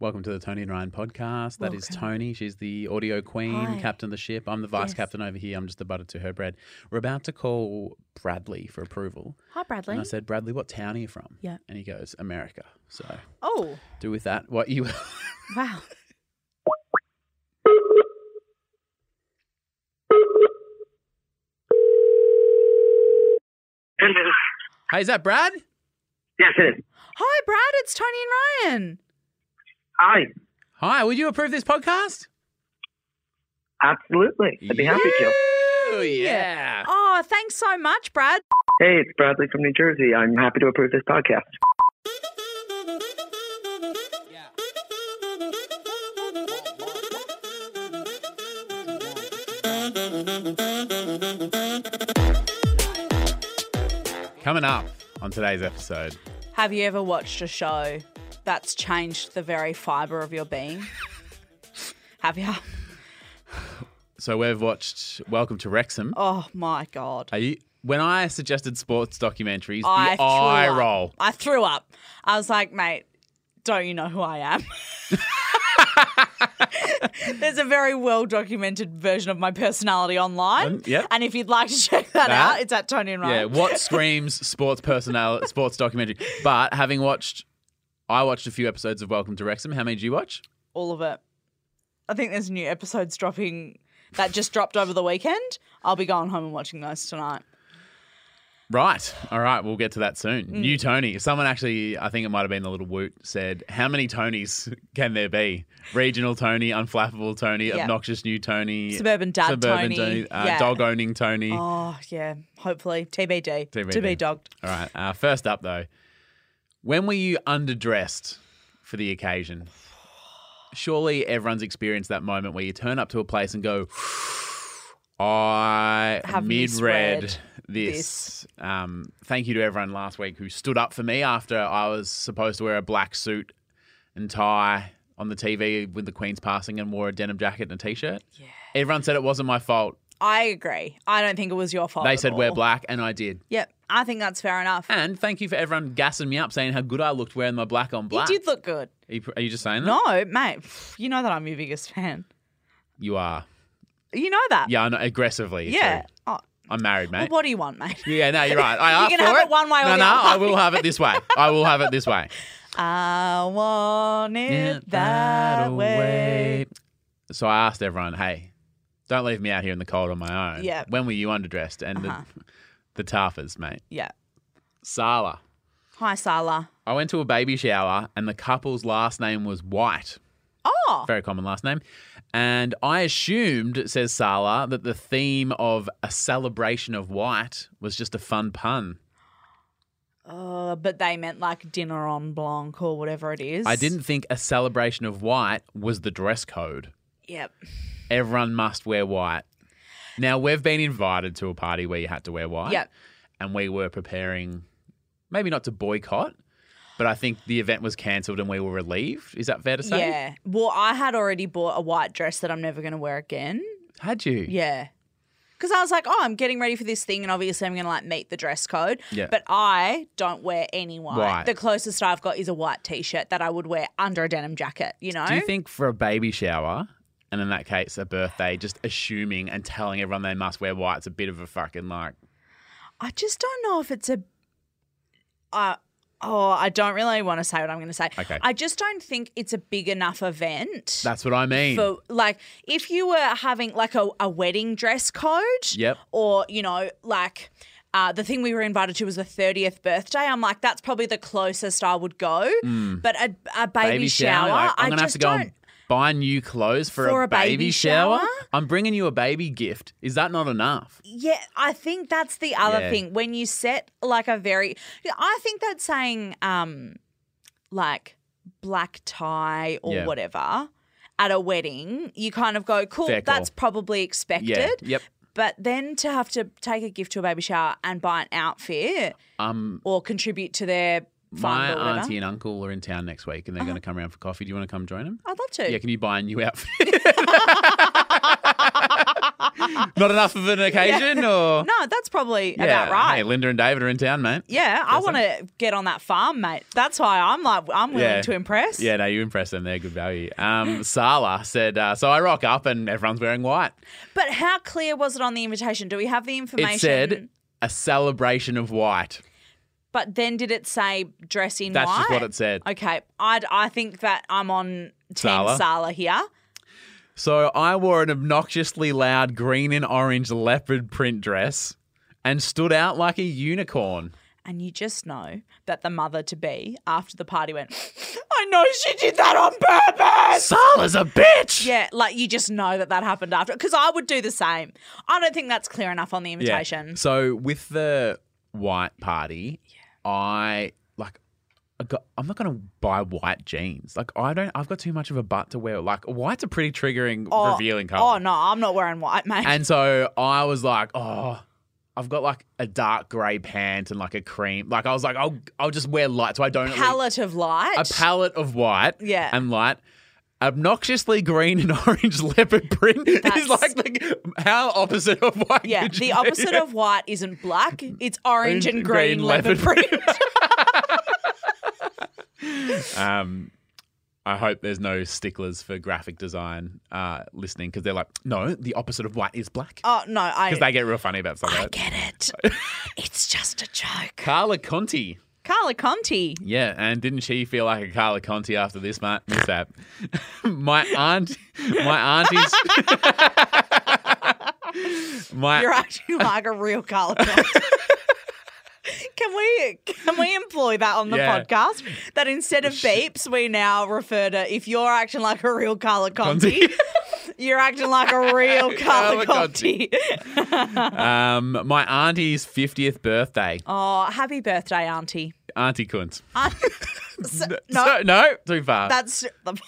Welcome to the Tony and Ryan podcast. That is Welcome. Tony. She's the audio queen, Hi. captain of the ship. I'm the vice Yes. captain over here. I'm just the butter to her bread. We're about to call Bradley for approval. Hi, Bradley. And I said, Bradley, what town are you from? Yeah. And he goes, America. So oh, do with that what you. wow. Hello. hey, is that Brad? uh, Yes, it is. Hi, Brad. It's Tony and Ryan. Hi. Hi, would you approve this podcast? Absolutely. I'd be happy to. Ooh, yeah. Oh, thanks so much, Brad. Hey, it's Bradley from New Jersey. I'm happy to approve this podcast. Coming up on today's episode. Have you ever watched a show that's changed the very fibre of your being? Have you? So we've watched Welcome to Wrexham. Oh my god. Are you? When I suggested sports documentaries, I the threw eye up. roll. I threw up. I was like, mate, don't you know who I am? There's a very well documented version of my personality online. Um, yep. And if you'd like to check that, That- out, it's at Tony and Ryan. Yeah, what screams sports personality, sports documentary? But having watched, I watched a few episodes of Welcome to Wrexham. How many did you watch? all of it. I think there's new episodes dropping that just dropped over the weekend. I'll be going home and watching those tonight. Right. All right. We'll get to that soon. Mm. New Tony. Someone actually, I think it might have been the little woot, said, How many Tonys can there be? Regional Tony, unflappable Tony, Yeah. obnoxious new Tony, Suburban dad suburban Tony. uh, Yeah. dog owning Tony. Oh yeah, hopefully TBD, to TBD. be dogged. All right. Uh, first up, though, when were you underdressed for the occasion? Surely everyone's experienced that moment where you turn up to a place and go, I Have mid-read misread this. Um, thank you to everyone last week who stood up for me after I was supposed to wear a black suit and tie on the TV with the Queen's passing and wore a denim jacket and a t-shirt. Yeah. Everyone said it wasn't my fault. I agree. I don't think it was your fault. They at said wear all. black and I did. Yep, I think that's fair enough. And thank you for everyone gassing me up saying how good I looked wearing my black on You black. did look good. are, you, are you just saying that? No, mate, you know that I'm your biggest fan. You are. You know that. Yeah, I know, aggressively. too. Yeah. Oh, I'm married, mate. well, what do you want, mate? yeah, no, you're right. I You asked can for have it one way or no, the no, other. I will have it this way. I will have it this way. I want it that way. So I asked everyone, hey, don't leave me out here in the cold on my own. Yeah. Uh-huh. When were you underdressed? And the, the taffers, mate. Yeah. Sala. Hi, Sala. I went to a baby shower and the couple's last name was White. Oh, very common last name. And I assumed, says Sala, that the theme of a celebration of white was just a fun pun. Uh, but they meant like dinner on blanc or whatever it is. I didn't think a celebration of white was the dress code. Yep. Everyone must wear white. Now, we've been invited to a party where you had to wear white. Yep. And we were preparing, maybe not to boycott, but I think the event was cancelled and we were relieved. Is that fair to say? Yeah. Well, I had already bought a white dress that I'm never going to wear again. Had you? Yeah. Because I was like, oh, I'm getting ready for this thing, and obviously I'm going to like meet the dress code. Yeah. But I don't wear any white. Right. The closest I've got is a white T-shirt that I would wear under a denim jacket. You know. Do you think for a baby shower, and in that case a birthday, just assuming and telling everyone they must wear white's a bit of a fucking like? I just don't know if it's a. Uh, oh, I don't really want to say what I'm going to say. Okay. I just don't think it's a big enough event. That's what I mean. for like if you were having like a, a wedding dress code Yep. or you know like uh, the thing we were invited to was the 30th birthday i'm like that's probably the closest i would go but a, a baby, shower, Mm. like, I'm i gonna just have to go don't and buy new clothes for, For a, baby, shower? shower? I'm bringing you a baby gift. Is that not enough? yeah i think that's the other Yeah. thing when you set like a very Yeah, i think that saying um like black tie or Yeah. whatever at a wedding you kind of go cool Fair call. that's probably expected Yeah. Yep. But then to have to take a gift to a baby shower and buy an outfit Um, or contribute to their fund my or whatever. auntie and uncle are in town next week, and they're Uh-huh. going to come around for coffee. Do you want to come join them? I'd love to. Yeah, can you buy a new outfit? Not enough of an occasion, or No, that's probably yeah. about right. Hey, Linda and David are in town, mate. yeah, I want to get on that farm, mate. That's why I'm like I'm willing Yeah. to impress. Yeah, no, you impressed them. They're good value. Um, Sala said, uh, "So I rock up and everyone's wearing white." But how clear was it on the invitation? Do we have the information? It said a celebration of white. But then did it say dress in That's white? just what it said. Okay, I I think that I'm on Team Sala. Sala, here. So I wore an obnoxiously loud green and orange leopard print dress and stood out like a unicorn. And you just know that the mother to be after the party went, I know she did that on purpose. Sala's a bitch. Yeah, like you just know that that happened after. Because I would do the same. I don't think that's clear enough on the Yeah. invitation. So with the white party, I like. I got, I'm not gonna buy white jeans. Like I don't. I've got too much of a butt to wear. Like white's a pretty triggering, Oh, revealing color. Oh, no, I'm not wearing white, mate. And so I was like, oh, I've got like a dark grey pant and like a cream. Like I was like, I'll I'll just wear light so I don't Palette of light. a palette of white Yeah. and light. Obnoxiously green and orange leopard print is That's- like the, how opposite of white. yeah, could you the be? opposite of white isn't black. It's orange and green, leopard print. um, I hope there's no sticklers for graphic design uh, listening because they're like, no, the opposite of white is black oh, no, I, because they get real funny about stuff I like that. get it. it's just a joke. Carla Conti. Carla Conti. Yeah, and didn't she feel like a Carla Conti after this ma- mishap? my aunt, my auntie's, my You're acting like a real Carla Conti. Can we can we employ that on the Yeah. podcast? That instead of beeps, we now refer to if you're acting like a real Carla Conti, you're acting like a real Carla Carla Conti. Conti. um, my auntie's fiftieth birthday, oh, happy birthday, Auntie. Auntie Kunt. So- No, no, no, too far. that's the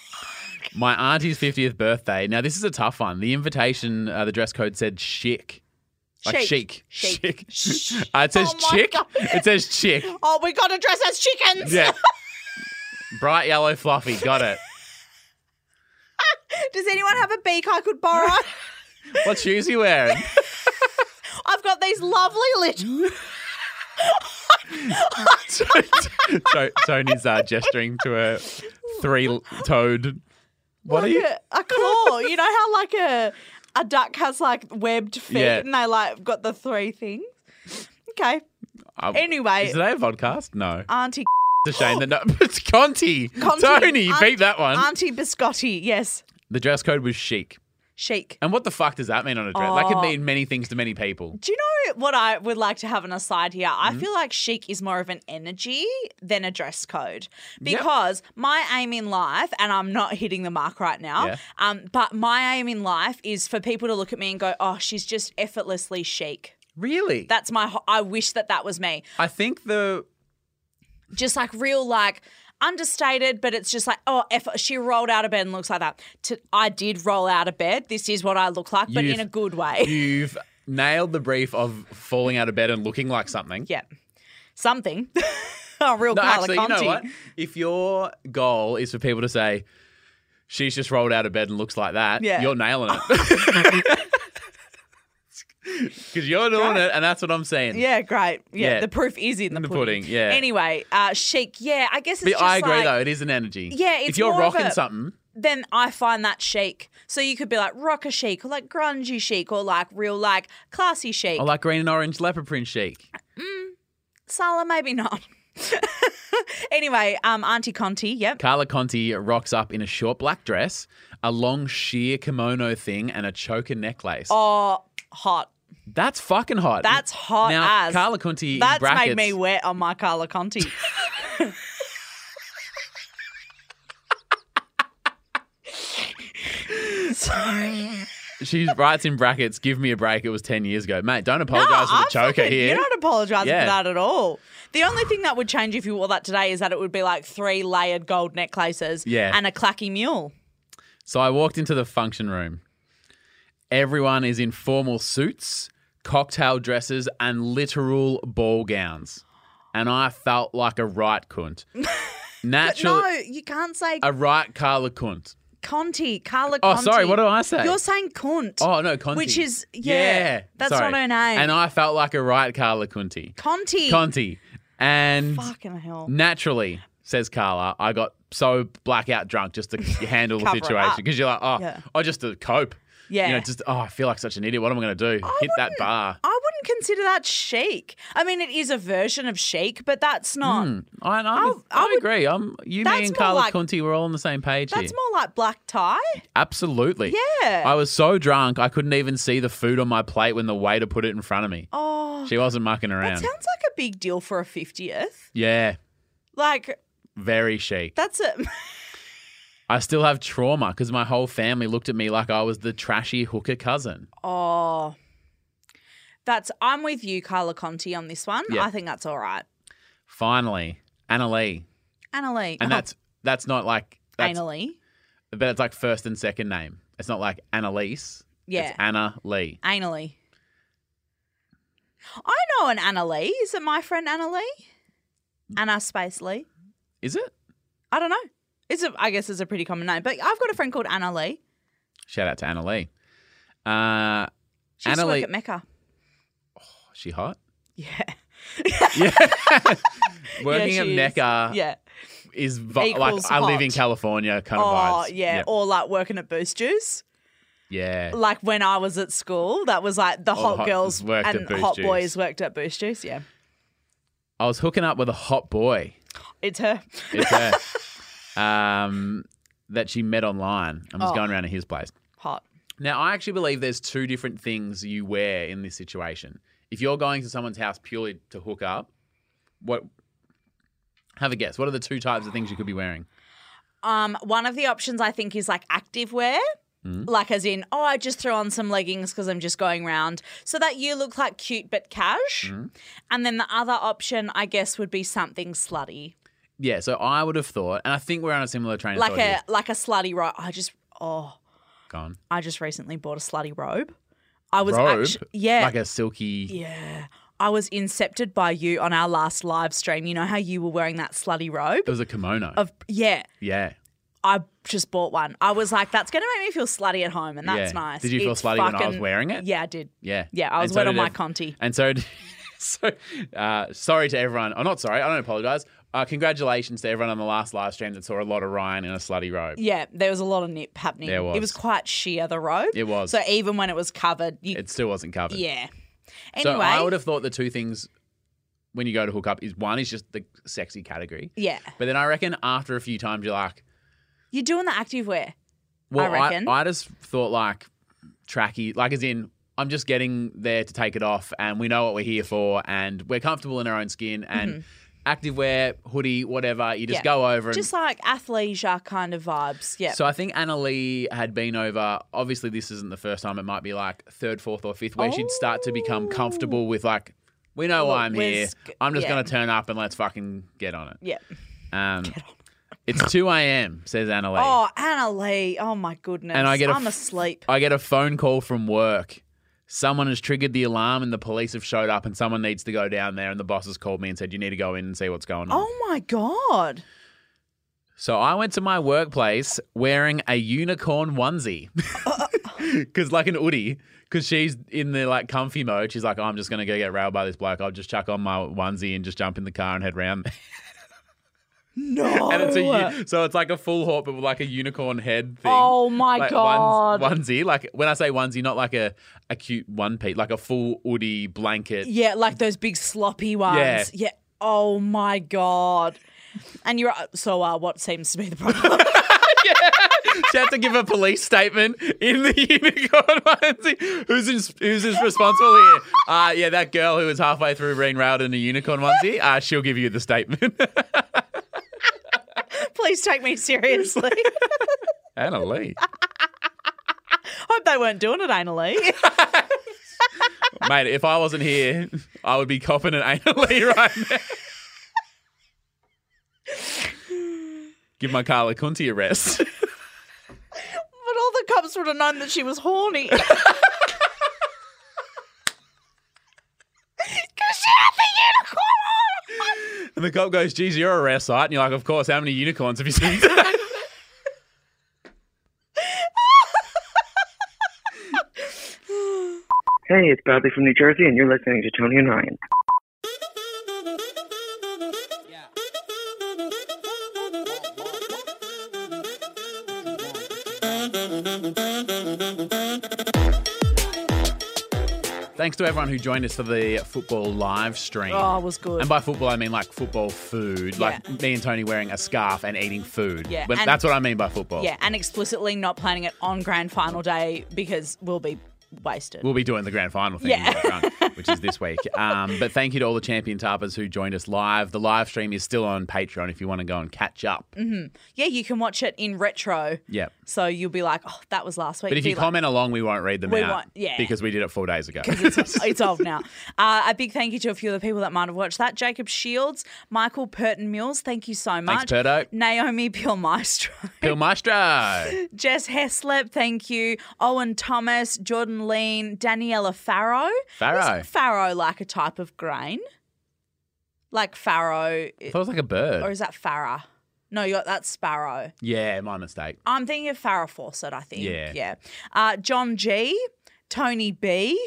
my auntie's fiftieth birthday. Now this is a tough one. The invitation, uh, the dress code said chic, like chic, Chic. chic. Shh. Uh, it says Oh my chick. God. It says chick. Oh, we got to dress as chickens. Yeah. Bright yellow, fluffy. Got it. Does anyone have a beak I could borrow? What shoes you wearing? I've got these lovely little. To- Tony's uh, gesturing to a three-toed. What are like you? A, a claw. you know how like a a duck has like webbed feet Yeah. and they like got the three things. Okay. Um, Anyway, is today a podcast? No. Auntie It's a shame that no. It's Conti. Conti. Tony, you Aunt- beat that one. Auntie Biscotti. Yes, the dress code was chic. chic. And what the fuck does that mean on a dress? That could Oh. mean many things to many people. Do you know what I would like to have an aside here? I Mm-hmm. feel like chic is more of an energy than a dress code Yep. because my aim in life, and I'm not hitting the mark right now, Yeah. um, but my aim in life is for people to look at me and go, "Oh, she's just effortlessly chic." Really? That's my. ho- I wish that that was me. I think the Just like real, like understated, but it's just like, oh, effort. she rolled out of bed and looks like that. To, I did roll out of bed. This is what I look like, but You've- in a good way. you've nailed the brief of falling out of bed and looking like something. yeah, something. oh, real No, Carla actually, you Conti. know what? If your goal is for people to say, she's just rolled out of bed and looks like that, Yeah. you're nailing it. Because you're doing Great. it, and that's what I'm saying. Yeah, great. Yeah, Yeah. the proof is in the, the pudding. pudding, yeah. Anyway, uh, chic. Yeah, I guess it's But just I agree, like, though. It is an energy. Yeah, If it's you're more of rocking a- something, Then I find that chic. So you could be like rocker chic, or like grungy chic, or like real like classy chic. I like green and orange leopard print chic. Sala, maybe not. anyway, um, Auntie Conti. Yep. Carla Conti rocks up in a short black dress, a long sheer kimono thing, and a choker necklace. Oh, hot. That's fucking hot. That's hot now, as. Carla Conti in That's brackets. made me wet on my Carla Conti. Sorry. She writes in brackets, give me a break. It was 10 years ago. Mate, don't No, apologize for I the choker fucking- here. You're not apologising Yeah. for that at all. The only thing that would change if you wore that today is that it would be like three layered gold necklaces Yeah. and a clacky mule. So I walked into the function room. Everyone is in formal suits, cocktail dresses, and literal ball gowns. And I felt like a right cunt. But Naturally, no, you can't say a right Carla cunt. Conti, Carla Oh, Conti. sorry, what do I say? You're saying cunt. Oh no, Conti. Which is- yeah, that's not her name. And I felt like a right Carla Conti. Conti. Conti. And Fucking hell. naturally, says Carla, I got so blackout drunk just to handle the Cover it situation up. because you're like, oh, Yeah. oh, just to cope. Yeah. You know, just oh, I feel like such an idiot. What am I going to do? Hit that wouldn't- bar. I wouldn't consider that chic. I mean, it is a version of chic, but that's Hmm, not. I, I, I, I would- agree. I'm you, me, That's and more Carla like- Conti. We're all on the same page here. That's more like black tie. Absolutely. Yeah. I was so drunk I couldn't even see the food on my plate when the waiter put it in front of me. Oh, She wasn't mucking that around. sounds like a big deal for a fiftieth. yeah, Like very chic. that's a I still have trauma because my whole family looked at me like I was the trashy hooker cousin. oh. That's I'm with you, Carla Conti, on this one. Yeah. I think that's all right. Finally, Anna Lee, Annalie. and oh, that's that's not like that's, Annalie. but it's like first and second name. It's not like Annalise. Yeah. it's Anna Lee. Anally. I know an Anna Lee. Is it my friend Anna Lee? Mm. Anna Space Lee. Is it? I don't know. It's a, I guess it's a pretty common name, but I've got a friend called Anna Lee. Shout out to Anna Lee. Uh, She used Anna to work Lee- at Mecca. she hot. Yeah. Yeah. Working Yeah, at she is. Mecca yeah. is vi- like Equals I live hot. in California kind of Oh, vibes. yeah. Yep. Or like working at Boost Juice. yeah. Like when I was at school, that was like the the hot, hot girls worked at and Boost hot Juice. boys worked at Boost Juice. Yeah. I was hooking up with a hot boy. It's her. It's her. um, that she met online and was Oh. going around to his place. Hot. Now, I actually believe there's two different things you wear in this situation. If you're going to someone's house purely to hook up, what? Have a guess. What are the two types of things you could be wearing? Um, one of the options I think is like active wear. Hmm. Like as in, oh, I just threw on some leggings because I'm just going round, so that you look like cute but cash. Hmm. And then the other option, I guess, would be something slutty, Yeah, so I would have thought, and I think we're on a similar train of like thought here. a like a slutty robe. I just, oh, Gone. I just recently bought a slutty robe. I was Robe? actu- yeah, Like a silky. yeah. I was incepted by you on our last live stream. You know how you were wearing that slutty robe It was a kimono. of yeah. yeah. I just bought one. I was like, that's going to make me feel slutty at home, and that's Yeah. nice. Did you feel It's slutty when I was fucking- wearing it? Yeah, I did. Yeah. Yeah, I was And so wearing did my ev- Conti. And so, so uh, sorry to everyone. I'm not sorry. I don't apologize. Uh, congratulations to everyone on the last live stream that saw a lot of Ryan in a slutty robe. Yeah, there was a lot of nip happening. There was. It was quite sheer, the road. It was. So even when it was covered, you, it still wasn't covered. yeah. So Anyway, I would have thought the two things when you go to hook up is one is just the sexy category. yeah, But then I reckon after a few times you're like, you're doing the active wear. well, I, reckon. I just thought like tracky, like as in I'm just getting there to take it off, and we know what we're here for, and we're comfortable in our own skin, and active activewear, hoodie, whatever. You just Mm-hmm. Yeah. go over and Just like athleisure kind of vibes. Yeah. So I think Anna Lee had been over. Obviously, this isn't the first time. It might be like third, fourth, or fifth, where she'd start to become Oh. comfortable with like, we know why I'm we're here. sc- I'm just yeah. gonna turn up and let's fucking get on it. yeah. Um, on it's two a.m. says Anna Lee. Oh, Anna Lee. Oh, my goodness. And I get a I'm f- asleep. I get a phone call from work. Someone has triggered the alarm and the police have showed up and someone needs to go down there and the boss has called me and said you need to go in and see what's going on. Oh, my God. So I went to my workplace wearing a unicorn onesie. Cause like an hoodie, cause she's in the like comfy mode. She's like, "Oh, I'm just gonna go get railed by this bloke. I'll just chuck on my onesie and just jump in the car and head round. No. and it's a u- so it's like a full hawk, but with like a unicorn head thing. Oh, my like God. One, onesie. Like when I say onesie, not like a, a cute one piece, like a full hoodie blanket. Yeah, like those big sloppy ones. Yeah. Yeah. Oh my god. And you're so uh, what seems to be the problem? She had to give a police statement in the unicorn onesie. Who's in, who's is responsible here? Uh, yeah, that girl who was halfway through being railed in a unicorn onesie. Uh, she'll give you the statement. Please take me seriously. Anna Lee, Hope they weren't doing it, Annalie. mate, if I wasn't here, I would be copping an Anna Lee right now. Give my Carla Kunti a rest. but all the cops would have known that she was horny. Because she had the unicorn on. And the cop goes, "Geez, you're a rare sight." And you're like, "Of course. How many unicorns have you seen?" Hey, it's Bradley from New Jersey, and you're listening to Tony and Ryan. Thanks to everyone who joined us for the football live stream. Oh, it was good. And by football, I mean like football food, like me and Tony wearing a scarf and eating food. Yeah, But and- that's what I mean by football. yeah, and explicitly not planning it on grand final day because we'll be wasted. We'll be doing the grand final thing, Yeah. in the background, which is this week. Um, but thank you to all the champion tarpers who joined us live. The live stream is still on Patreon if you want to go and catch up. Mm. yeah, you can watch it in retro. Yeah. So you'll be like, oh, that was last week. But if Be you like, comment along, we won't read them We out. won't- yeah. Because we did it four days ago. it's, it's old now. Uh, a big thank you to a few of the people that might have watched that. Jacob Shields, Michael Purton Mills, thank you so much. Thanks, Perdo. Naomi Peel Maestro. Bill Maestro. Jess Heslep, thank you. Owen Thomas, Jordan Lean, Daniela Farrow. Farrow. Is farrow like a type of grain? Like farrow, I thought it was like a bird. or is that farrah? No, you got that's sparrow. yeah, my mistake. I'm thinking of Farrah Fawcett, I think. Yeah. Yeah. Uh, John G, Tony B.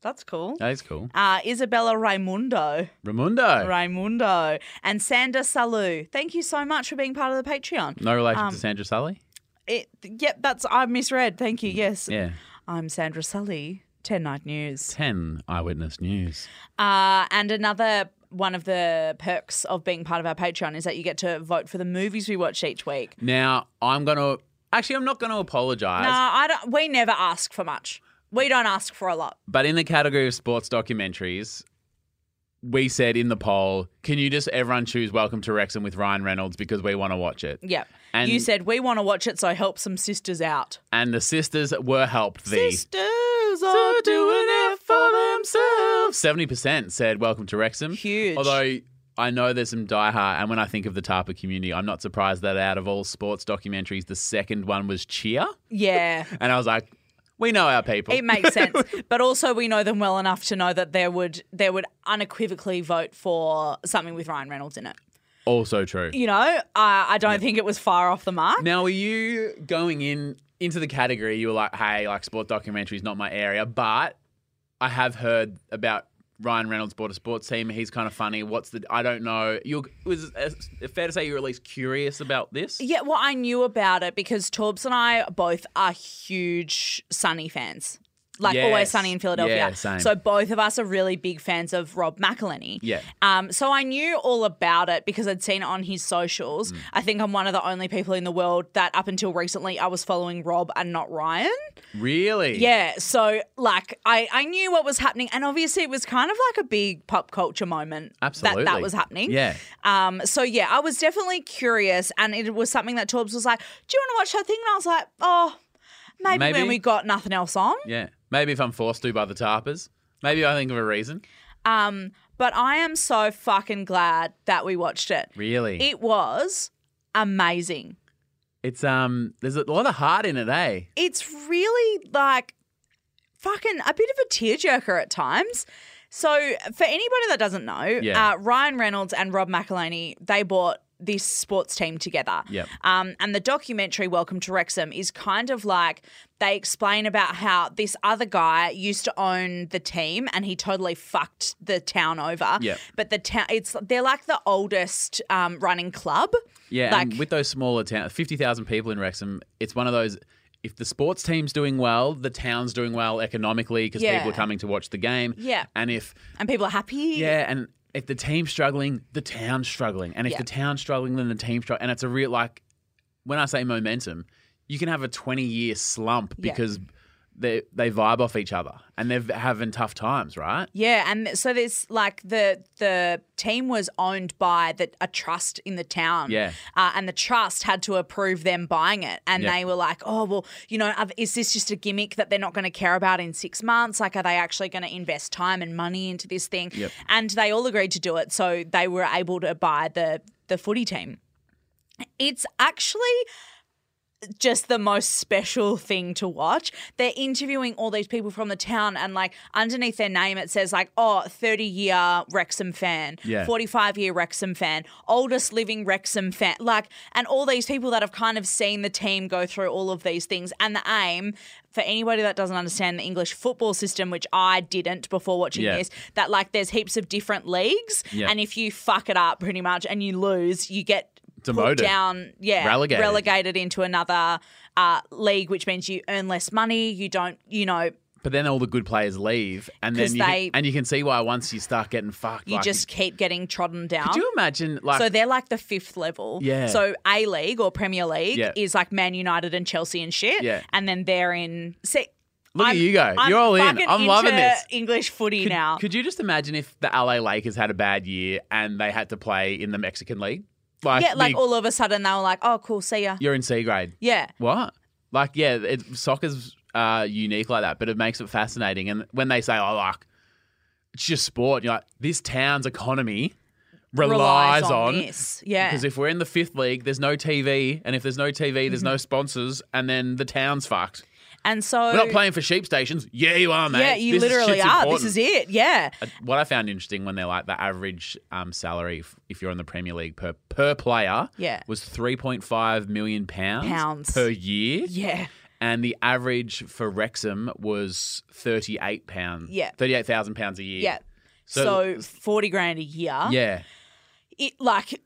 That's cool. That is cool. Uh, Isabella Raimundo. Raimundo. Raimundo. And Sandra Salu. Thank you so much for being part of the Patreon. No relation Um, to Sandra Sully? It, yep, that's I misread. Thank you. Yes. Yeah. I'm Sandra Sully, 10 Night News. 10 Eyewitness News. Uh, and another one of the perks of being part of our Patreon is that you get to vote for the movies we watch each week. Now, I'm going to. Actually, I'm not going to apologize. No, I don't, we never ask for much. We don't ask for a lot. But in the category of sports documentaries, we said in the poll, can you just everyone choose Welcome to Wrexham with Ryan Reynolds because we want to watch it? Yep. And- you said we want to watch it, so help some sisters out. And the sisters were helped. The sisters are doing it for themselves. 70% said Welcome to Wrexham. Huge. Although I know there's some diehard, and when I think of the Tarpa community, I'm not surprised that out of all sports documentaries, the second one was Cheer. Yeah. And I was like, we know our people. It makes sense, but also we know them well enough to know that there would there would unequivocally vote for something with Ryan Reynolds in it. also true. You know, I, I don't think it was far off the mark. Now, are you going in into the category? You were like, hey, like sport documentaries, not my area, but I have heard about Ryan Reynolds bought a sports team. He's kind of funny. What's the? I don't know. You was it fair to say you're at least curious about this? Yeah, well, I knew about it because Torbs and I both are huge Sunny fans. Like Yes. always sunny in Philadelphia. Yeah, same. So both of us are really big fans of Rob McElhenney. Yeah. Um, so I knew all about it because I'd seen it on his socials. Mm. I think I'm one of the only people in the world that up until recently I was following Rob and not Ryan. Really? Yeah. So like I, I knew what was happening and obviously it was kind of like a big pop culture moment Absolutely. that that was happening. Yeah. Um, so yeah, I was definitely curious, and it was something that Torbs was like, "Do you want to watch that thing?" And I was like, "Oh, maybe, Maybe. when we got nothing else on." Yeah. Maybe if I'm forced to by the tarpers. Maybe I think of a reason. Um, but I am so fucking glad that we watched it. Really? It was amazing. it's um. There's a lot of heart in it, eh? It's really like fucking a bit of a tearjerker at times. So for anybody that doesn't know, Yeah. uh, Ryan Reynolds and Rob McElhenney they bought this sports team together. Yep. Um, and the documentary Welcome to Wrexham is kind of like they explain about how this other guy used to own the team and he totally fucked the town over. Yep. But the town, it's they're like the oldest um, running club. Yeah, and Like- with those smaller towns, 50,000 people in Wrexham, it's one of those. If the sports team's doing well, the town's doing well economically because Yeah. people are coming to watch the game. Yeah. And if, And people are happy. yeah, and if the team's struggling, the town's struggling. And if Yeah. the town's struggling, then the team's struggling. And it's a real, like, when I say momentum, you can have a 20 year slump Yeah. because they, they vibe off each other and they're having tough times, right? Yeah, and so there's like the the team was owned by the, a trust in the town. Yeah. uh, and the trust had to approve them buying it, and Yeah. they were like, "Oh well, you know, I've- is this just a gimmick that they're not going to care about in six months? Like, are they actually going to invest time and money into this thing?" Yep. And they all agreed to do it, so they were able to buy the the footy team. It's actually just the most special thing to watch. They're interviewing all these people from the town, and like underneath their name, it says like, oh, 30 year Wrexham fan, Yeah. 45 year Wrexham fan, oldest living Wrexham fan, like, and all these people that have kind of seen the team go through all of these things. And the aim for anybody that doesn't understand the English football system, which I didn't before watching Yeah. this, that like there's heaps of different leagues, Yeah. and if you fuck it up pretty much and you lose, you get put Demoted. down, yeah, Relegated. relegated into another uh, league, which means you earn less money. You don't, you know, But then all the good players leave, and then 'Cause you can- they- and you can see why once you start getting fucked, you like, just keep getting trodden down. Could you imagine like so they're like the fifth level. Yeah. So A League or Premier League Yeah. is like Man United and Chelsea and shit. Yeah. And then they're in. See, Look at I'm- you go. I'm You're all in. fucking I'm loving into this. English footy could, now. could you just imagine if the LA Lakers had a bad year and they had to play in the Mexican League? Like, yeah, like you- all of a sudden they were like, oh, cool, see ya. you're in C grade. Yeah. What? Like, yeah, it, soccer's uh, unique like that, but it makes it fascinating. And when they say, oh, like, it's just sport, you're like, this town's economy relies, on. this. Yeah. Because if we're in the fifth league, there's no TV, and if there's no TV, Mm-hmm. there's no sponsors, and then the town's fucked. and so. We're not playing for sheep stations. Yeah, you are, mate. yeah, you This literally shit's are. important. This is it. Yeah. Uh, What I found interesting when they're like the average um, salary, if, if you're in the Premier League per per player, Yeah. was 3.5 million pounds, Pounds. per year, Yeah. and the average for Wrexham was 38 pounds, Yeah. 38,000 pounds a year. Yeah. uh, So- So, 40 grand a year. yeah, It like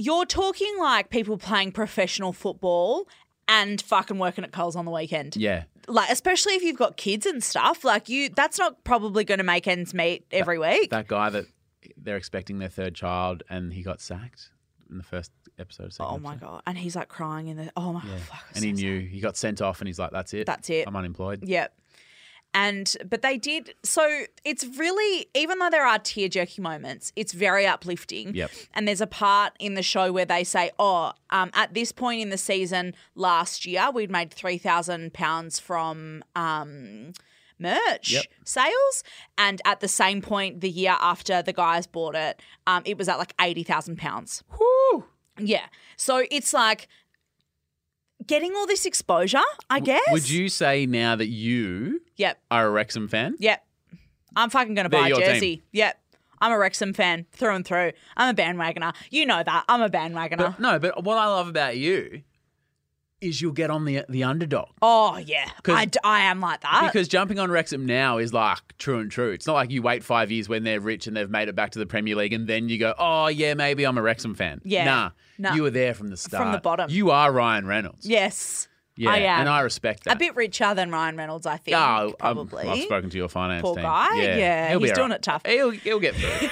you're talking like people playing professional football and fucking working at Coles on the weekend. yeah. Like especially if you've got kids and stuff, like you that's not probably going to make ends meet every week. That guy that they're expecting their third child, and he got sacked in the first episode. second oh my episode. god. And he's like crying in the oh my Yeah. fuck. And he knew he got sent off, and he's like, "That's it. That's it. I'm unemployed." Yep. And but they did so it's really even though there are tear jerky moments, it's very uplifting. Yep. And there's a part in the show where they say, "Oh, um, at this point in the season last year, we'd made three thousand pounds from um, merch Yep. sales, and at the same point the year after the guys bought it, um, it was at like eighty thousand pounds. Woo! Yeah. So it's like getting all this exposure, I guess. Would you say now that you Yep. are a Wrexham fan? Yep. I'm fucking going to They're buy a your team. jersey. Yep. I'm a Wrexham fan through and through. I'm a bandwagoner. You know that. I'm a bandwagoner. But, no, but what I love about you is you'll get on the the underdog oh, yeah. 'Cause- I, d- I am like that. because jumping on Wrexham now is like true and true. It's not like you wait five years when they're rich and they've made it back to the Premier League and then you go, oh yeah, maybe I'm a Wrexham fan. Yeah. nah, Nah. you were there from the start, bottom. You are Ryan Reynolds. yes. yeah, I am. and I respect that. A bit richer than Ryan Reynolds, I think. Oh, I'm- probably. I've spoken to your finance Poor team. guy. Yeah, he'll be he's doing alright. it tough. He'll, he'll get through.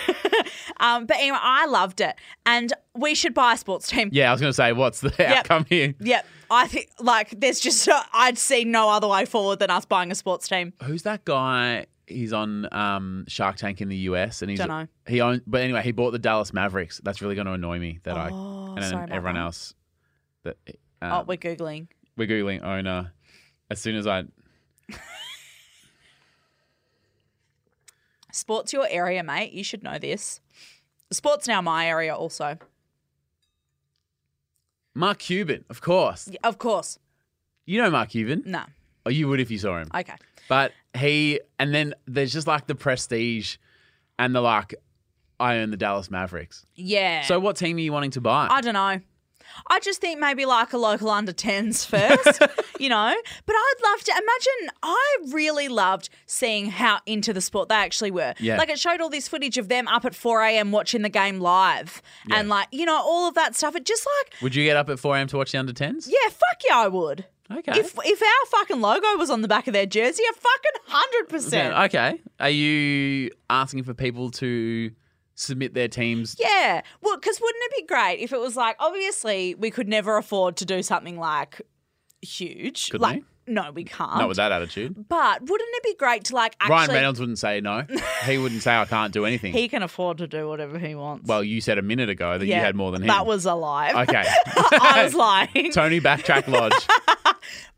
um, but anyway, I loved it. And we should buy a sports team. yeah, I was going to say, what's the outcome here? Yep. I think, like, there's just, I'd see no other way forward than us buying a sports team. Who's that guy? He's on um, Shark Tank in the US, and he's Dunno. he owned. But anyway, he bought the Dallas Mavericks. That's really going to annoy me that I Oh, and then sorry about everyone that. else. That um, oh, we're Googling. we're googling owner. As soon as I Sports your area, mate. You should know this. Sports now my area also. Mark Cuban, of course, Yeah, Mm. of course. you know Mark Cuban. No. Oh, you would if you saw him. Okay. But he and then there's just like the prestige, and the like. I own the Dallas Mavericks. Yeah. So what team are you wanting to buy? I don't know. I just think maybe like a local under 10s first, you know? But I'd love to imagine, I really loved seeing how into the sport they actually were. Yeah. Like it showed all this footage of them up at 4 a.m. watching the game live and like, you know, all of that stuff. It just like, would you get up at 4 a.m. to watch the under 10s? yeah, fuck yeah, I would. Okay. If, if our fucking logo was on the back of their jersey, a fucking 100%. Yeah, okay. Are you asking for people to submit their teams? Yeah. Well, because wouldn't it be great if it was like, obviously, we could never afford to do something like huge. Could like, no, we can't. Not with that attitude. But wouldn't it be great to like actually. Ryan Reynolds wouldn't say no. He wouldn't say I can't do anything. He can afford to do whatever he wants. well, you said a minute ago that you had more than him. That was a lie. okay. I was lying. Tony Backtrack Lodge.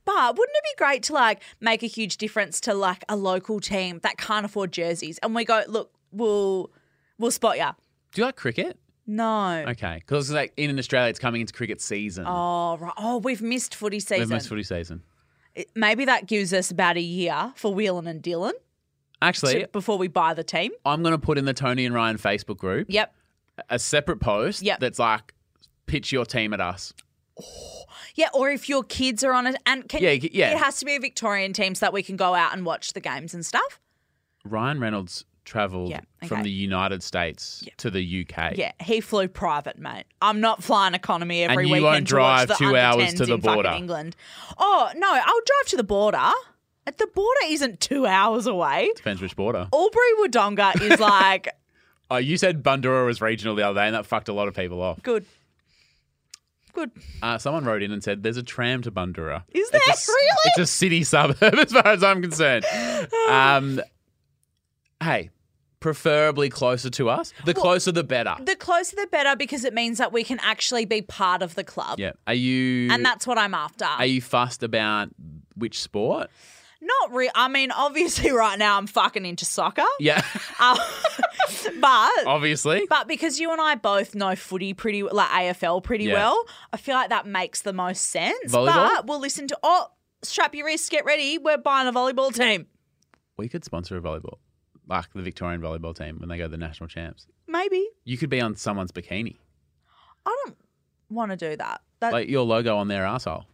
But wouldn't it be great to like make a huge difference to like a local team that can't afford jerseys? And we go, look, we'll we'll spot ya. Do you like cricket? No. Okay, because like in Australia, it's coming into cricket season. Oh, right. Oh, we've missed footy We've season. missed footy season. It- Maybe that gives us about a year for Whelan and Dylan Actually, to, before we buy the team. I'm going to put in the Tony and Ryan Facebook group Yep. a separate post Yep. that's like, pitch your team at us. Yeah, or if your kids are on it, and can, Yeah, you c- yeah. it has to be a Victorian team so that we can go out and watch the games and stuff. Ryan Reynolds traveled Yeah, from okay. the United States to the UK. Yeah, he flew private, mate. I'm not flying economy every you weekend. won't to watch drive the two under hours 10s to the in fucking border. England. Oh no, I'll drive to the border. At The border isn't two hours away. Depends which border. Albury Wodonga is like Oh, you said Bundura was regional the other day, and that fucked a lot of people off. good, good. Uh, someone wrote in and said there's a tram to Bundura. It's Is a there? s- Really? It's a city suburb, as far as I'm concerned. Um, hey, preferably closer to us. The closer, the better. The closer the better because it means that we can actually be part of the club, yeah. Are you? and that's what I'm after. Are you fussed about which sport? Not real. I mean, obviously, right now I'm fucking into soccer, Yeah, Um, but Oh. obviously. but because you and I both know footy pretty like AFL pretty Yeah. well, I feel like that makes the most sense. Volleyball? But we'll listen to oh, strap your wrists, get ready. We're buying a volleyball team. We could sponsor a volleyball, like the Victorian volleyball team when they go to the national champs. Maybe You could be on someone's bikini, I don't want to do that. That like your logo on their asshole.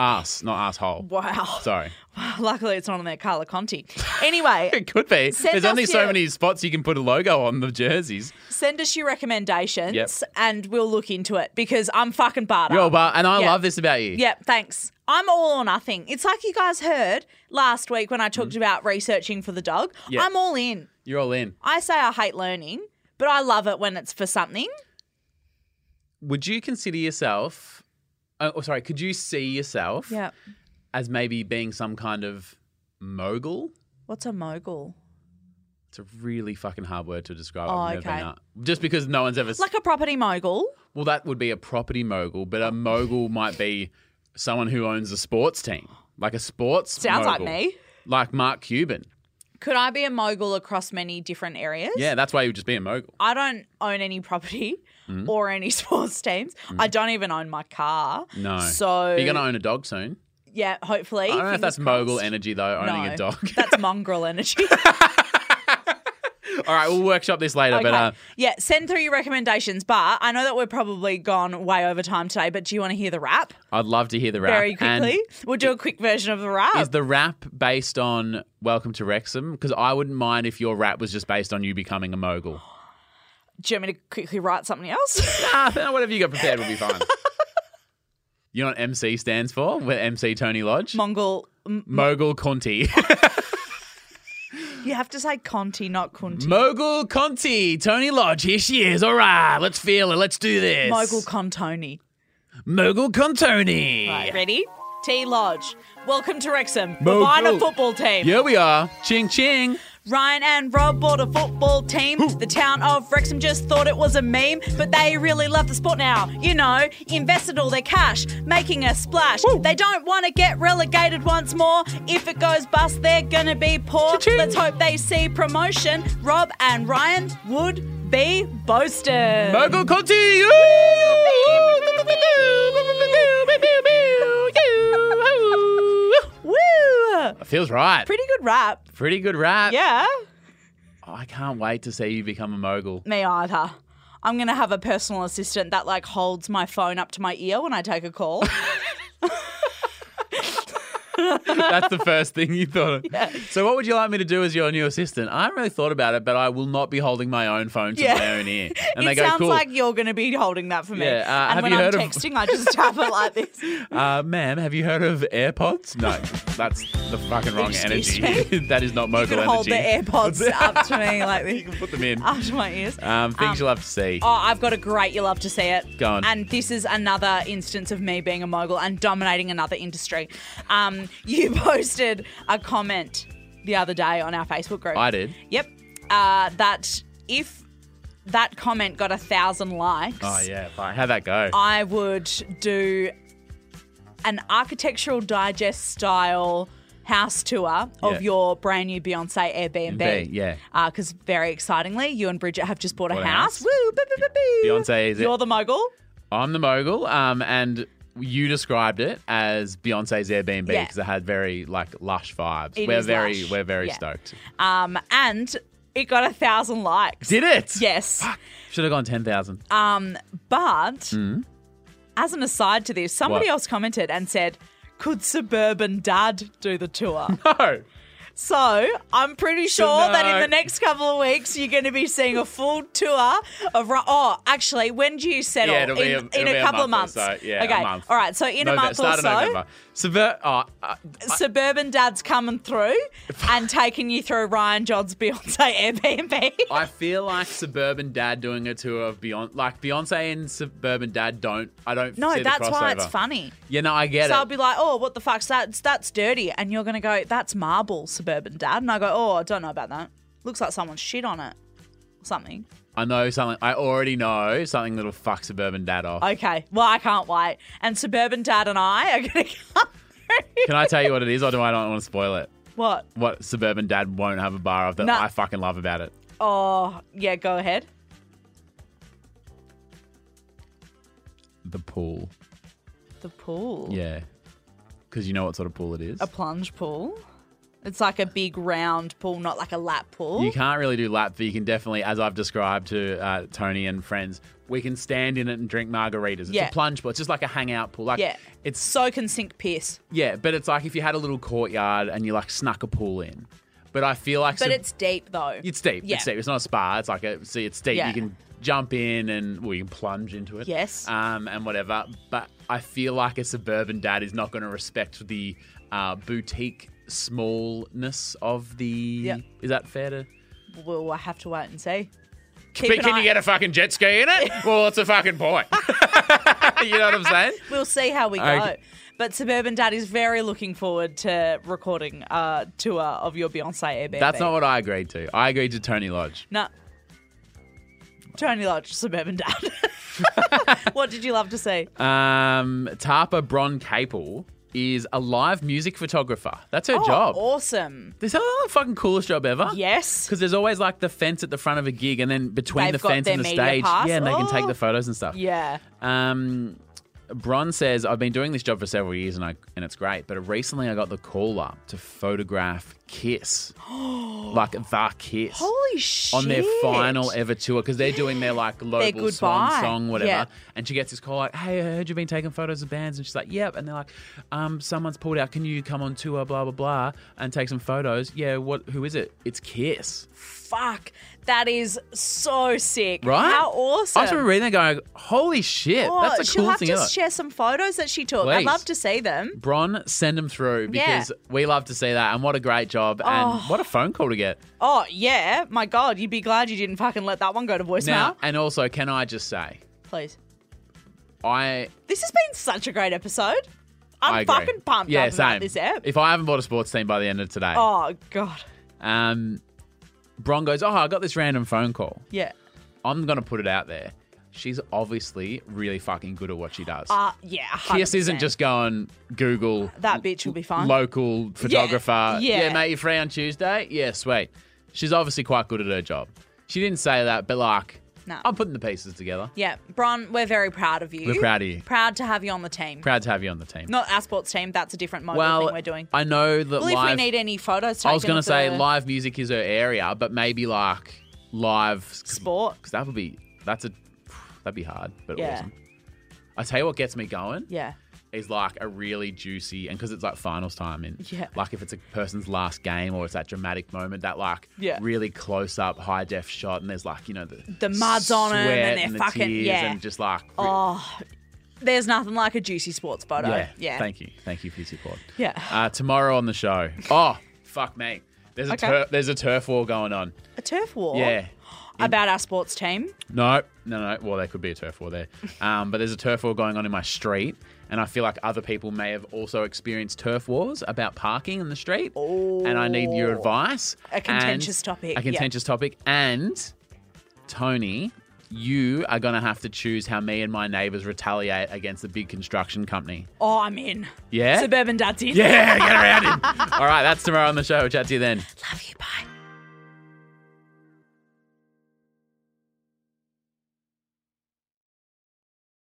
Ass, not asshole. wow. Sorry. Luckily, it's not on there, Carla Conti. Anyway, It could be. Send There's only us so your- many spots you can put a logo on the jerseys. send us your recommendations Yep. and we'll look into it because I'm fucking barred. Yo, up. but and I Yeah. love this about you. Yeah, thanks. I'm all or nothing. It's like you guys heard last week when I talked about researching for the dog. Mm. Yeah. I'm all in. You're all in. I say I hate learning, but I love it when it's for something. Would you consider yourself? Oh, oh, sorry. Could you see yourself as maybe being some kind of mogul? What's a mogul? It's a really fucking hard word to describe. Oh, I've never been okay. up. Just because no one's ever. s- Like a property mogul. well, that would be a property mogul, but a mogul might be someone who owns a sports team, like a sports. Sounds mogul. like me. Like Mark Cuban. Could I be a mogul across many different areas? Yeah, that's why you would just be a mogul. I don't own any property Mm. or any sports teams. I don't even own my car. No. So You're gonna own a dog soon. yeah, hopefully. I don't know if Fingers that's mogul crossed. energy though, owning No, a dog. that's mongrel energy. All right, we'll workshop this later. But Okay. uh, yeah, send through your recommendations. But I know that we're probably gone way over time today. But do you want to hear the rap I'd love to hear the rap. very And quickly? we'll do a quick version of the rap. is the rap based on Welcome to Wrexham? Because I wouldn't mind if your rap was just based on you becoming a mogul. do you want me to quickly write something else? ah, whatever you got prepared will be fine. you know what MC stands for? With MC Tony Lodge? Mongol. m- Mogul Conti. You have to say Conti, not Kunti. Mogul Conti. Tony Lodge. Here she is. All right. Let's feel it. Let's do this. Mogul Contoni. Mogul Contoni. Right, ready? T Lodge. Welcome to Wrexham. We're buying a Mogul. football team. Here we are. Ching ching. Ryan and Rob bought a football team. The town of Wrexham just thought it was a meme, but they really love the sport now. You know, invested all their cash, making a splash. They don't want to get relegated once more. If it goes bust, they're gonna be poor. Let's hope they see promotion. Rob and Ryan would be boasted. Mogul Conti. Woo! Feels right. Pretty good rap. Pretty good rap. Yeah. Oh, I can't wait to see you become a mogul. Me either. I'm gonna have a personal assistant that like holds my phone up to my ear when I take a call. That's the first thing you thought of. So, what would you like me to do as your new assistant? I haven't really thought about it, but I will not be holding my own phone to Yeah. my own ear. And it they go, sounds cool. like you're going to be holding that for me. Yeah, uh, and have when you I'm heard of- texting, I just tap it like this. uh, ma'am, have you heard of AirPods? No, that's the fucking wrong Excuse energy. that is not mogul You energy. can hold the AirPods up to me like you this, can put them in. up to my ears. Um, things you'll have to see. Oh, I've got a great. You love to see it. Go on. And this is another instance of me being a mogul and dominating another industry. Um, you posted a comment the other day on our Facebook group. I did. Yep. Uh, that if that comment got a thousand likes, Oh, yeah. Fine. How'd that go? I would do an architectural digest style house tour of Yeah. your brand new Beyonce Airbnb. Airbnb, yeah. Because very excitingly, you and Bridget have just bought a Bought a house. house. Woo! Boo, boo, boo, boo. Beyonce is it- You're the mogul. I'm the mogul, um, and you described it as Beyonce's Airbnb Yeah. because it had very like lush vibes. It we're is very lush. we're very Yeah. stoked. Um, and it got a thousand likes. Did it? Yes. Should have gone ten thousand. Uh, But as an aside to this, somebody Hmm? What? else commented and said, could Suburban Dad do the tour? no. so I'm pretty sure that in No. the next couple of weeks, you're going to be seeing a full tour of. Ru- Oh, actually, when do you settle? Yeah, it'll in be a- in it'll be a couple month or of months. so. Yeah, a okay. month. All right. So in a Nove- month start or of so, November. Subvert. Oh, uh, Suburban Dad's coming through and taking you through Ryan John's Beyonce Airbnb. I feel like suburban dad doing a tour of Beyonce. Like Beyonce and suburban dad don't. I don't. No, see the that's why it's crossover. funny. Yeah, no, I get So I'll it. be like, oh, what the fuck's that? It's- That's dirty. And you're going to go, that's marble, suburban dad. And I go, oh, I don't know about that. Looks like someone shit on it. Something. I know something. I already know something that'll fuck suburban dad off. Okay. Well, I can't wait. And suburban dad and I are going to come. Can I tell you what it is, or do I not want to spoil it? What? What suburban dad won't have a bar of that No. I fucking love about it. Oh, yeah, go ahead. The pool. The pool. Yeah. Because you know what sort of pool it is. A plunge pool. It's like a big round pool, not like a lap pool. You can't really do lap, but you can definitely, as I've described to uh, Tony and friends, we can stand in it and drink margaritas. It's Yeah. a plunge pool. It's just like a hangout pool. Like Yeah. it's so can sink piss. yeah, but it's like if you had a little courtyard and you like snuck a pool in. But I feel like But sub- it's deep, though. it's deep. Yeah. It's deep. It's not a spa. It's like a see. It's deep. Yeah. You can jump in and well, you can plunge into it. Yes. Um, and whatever. But I feel like a suburban dad is not going to respect the uh, boutique smallness of the. Yeah. Is that fair to? Well, I have to wait and see. Keep But an can eye- you get a fucking jet ski in it? Well, what's the fucking point? you know what I'm saying? We'll see how we go. Okay. But Suburban Dad is very looking forward to recording a tour of your Beyonce Airbnb. That's not what I agreed to. I agreed to Tony Lodge. No. Tony Lodge, Suburban Dad. what did you love to see? Um, Tarpa Bron Capel is a live music photographer. That's her job. Oh, Awesome. This is the fucking coolest job ever. Yes. Because there's always like the fence at the front of a gig, and then between They've the got fence their and the media stage, pass. yeah, and they can Oh. take the photos and stuff. Yeah. Um, Bron says I've been doing this job for several years, and I and it's great. But recently, I got the call up to photograph Kiss, like the Kiss. Holy shit. on their final ever tour because they're doing their like local goodbye. swan song, whatever. Yeah. And she gets this call like, "Hey, I heard you've been taking photos of bands," and she's like, "Yep." And they're like, "Um, someone's pulled out. Can you come on tour? Blah blah blah, and take some photos." Yeah, what? Who is it? It's Kiss, Fuck. That is so sick. right? How awesome. I was reading that going, "Holy shit, Oh, that's a she'll cool have thing." to ever." share some photos that she took. I'd Please. love to see them. Bron, send them through Yeah. because we love to see that, and what a great job, and what a phone call to get. Oh, yeah. My God, you'd be glad you didn't fucking let that one go to voicemail. Now, and also, can I just say, Please. I This has been such a great episode. I I'm agree. fucking pumped yeah, up same. about this app. If I haven't bought a sports team by the end of today, oh god, um, Bron goes, "Oh, I got this random phone call. yeah. I'm gonna put it out there. She's obviously really fucking good at what she does. Uh, yeah. 100 Kiss isn't just going Google that bitch will be fine. local photographer. yeah. mate, you're free on Tuesday. Yeah, sweet. She's obviously quite good at her job. She didn't say that, but like, No. I'm putting the pieces together. Yeah, Bron, we're very proud of you. We're proud of you. Proud to have you on the team. Proud to have you on the team. Not our sports team. That's a different mobile well, thing we're doing. I know that well, live. if we need any photos, I was taken gonna of say the live music is her area, but maybe like live sport. Because that would be that's a that'd be hard, but Yeah. awesome. I tell you what gets me going Yeah, is like a really juicy, and because it's like finals time, and Yeah. like if it's a person's last game or it's that dramatic moment, that like Yeah. really close up, high def shot, and there's like you know the The mud's on 'em and sweat they're the fucking- tears yeah. Oh, and just like there's nothing like a juicy sports photo. yeah, yeah. Thank you, thank you for your support. Yeah. uh, tomorrow on the show. Oh fuck me, there's a Okay. tur- there's a turf war going on. a turf war. Yeah. about our sports team. No, no, no. Well, there could be a turf war there. Um, but there's a turf war going on in my street. And I feel like other people may have also experienced turf wars about parking in the street. And I need your advice. A contentious And- topic, A contentious topic. And Tony you are going to have to choose how me and my neighbors retaliate against the big construction company. Oh, I'm in. Yeah? Suburban dad's in. Yeah, get around it. All right, that's tomorrow on the show. Chat to you then. Love you. Bye.